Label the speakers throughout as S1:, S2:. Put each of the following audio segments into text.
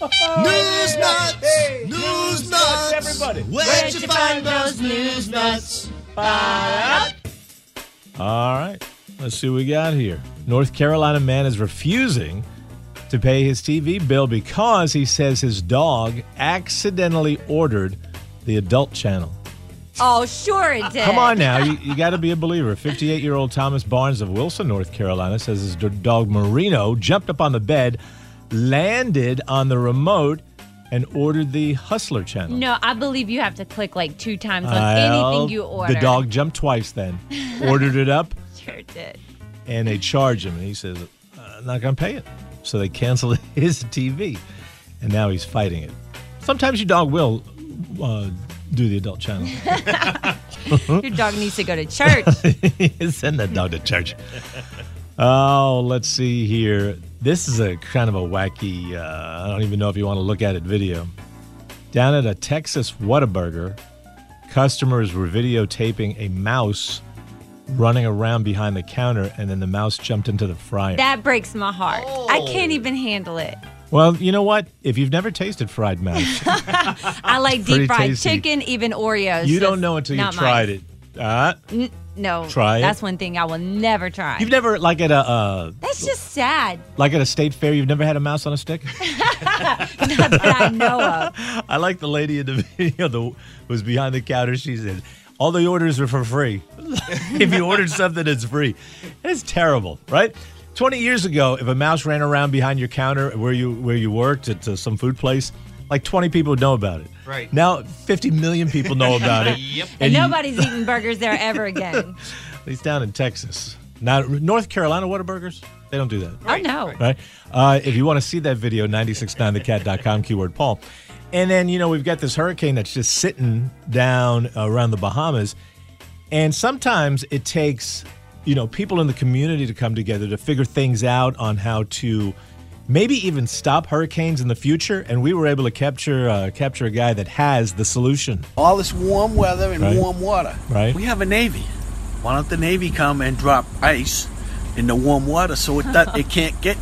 S1: News nuts,
S2: Hey,
S1: news, nuts,
S2: news nuts, everybody.
S1: Where'd, you find those news nuts?
S2: All right, let's see what we got here. North Carolina man is refusing to pay his TV bill because he says his dog accidentally ordered the adult channel.
S3: Oh, sure it did.
S2: Uh, Come on now, you, you got to be a believer. 58 year old Thomas Barnes of Wilson, North Carolina, says his d- dog Marino jumped up on the bed, landed on the remote, and ordered the Hustler channel.
S3: No, I believe you have to click like two times on
S2: Well,
S3: anything you order.
S2: The dog jumped twice then, ordered it up,
S3: sure it did.
S2: and they charge him. And he says, "Uh, I'm not going to pay it. So they cancel his TV. And now he's fighting it. Sometimes your dog will uh, do the adult channel.
S3: Your dog needs to go to church.
S2: Send that dog to church. Oh, let's see here. This is a kind of a wacky, uh, I don't even know if you want to look at it video. Down at a Texas Whataburger, customers were videotaping a mouse running around behind the counter, and then the mouse jumped into the fryer.
S3: that breaks my heart. I
S2: Oh.
S3: can't even handle it.
S2: well, you know what? If you've never tasted fried mouse,
S3: I like
S2: Ah, pretty
S3: deep fried
S2: tasty.
S3: chicken, even Oreos.
S2: you
S3: Just
S2: don't know until you
S3: not
S2: tried
S3: mine.
S2: it. Uh,
S3: No,
S2: Try it.
S3: That's one thing I will never try.
S2: you've never, like at a, uh,
S3: that's just sad
S2: like at a state fair, you've never had a mouse on a stick?
S3: that I know of.
S2: I like the lady in the video that was behind the counter. She said, all the orders are for free. if you ordered something, it's free. It's terrible, right? 20 years ago, if a mouse ran around behind your counter where you where you worked at uh, some food place, like 20 people would know about it.
S1: Right.
S2: Now, 50 million people know about it.
S1: Yep.
S3: And
S2: you-
S3: nobody's eating burgers there ever again.
S2: At least down in Texas. Now, North Carolina Whataburgers, they don't do that.
S3: oh, no.
S2: right? Uh, if you want to see that video, 969thecat.com, keyword Paul. And then, you know, we've got this hurricane that's just sitting down around the Bahamas. And sometimes it takes, you know, people in the community to come together to figure things out on how to maybe even stop hurricanes in the future. And we were able to capture uh, capture a guy that has the solution.
S4: all this warm weather and
S2: Right.
S4: warm water.
S2: Right.
S4: We have a navy. Why don't the navy come and drop ice in the warm water so it does, it can't get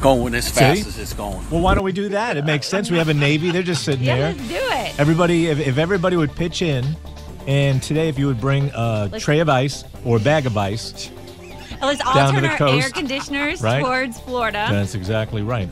S4: going as fast
S2: See?
S4: as it's going?
S2: Well, why don't we do that? It makes sense. We have a Navy. They're just sitting
S3: Yeah,
S2: there.
S3: let's do it.
S2: Everybody, if, if everybody would pitch in, and today if you would bring a
S3: Let's-
S2: tray of ice or a bag of ice,
S3: Let's all
S2: Down to
S3: turn
S2: the
S3: our air
S2: coast,
S3: conditioners
S2: right?
S3: towards Florida.
S2: that's exactly right.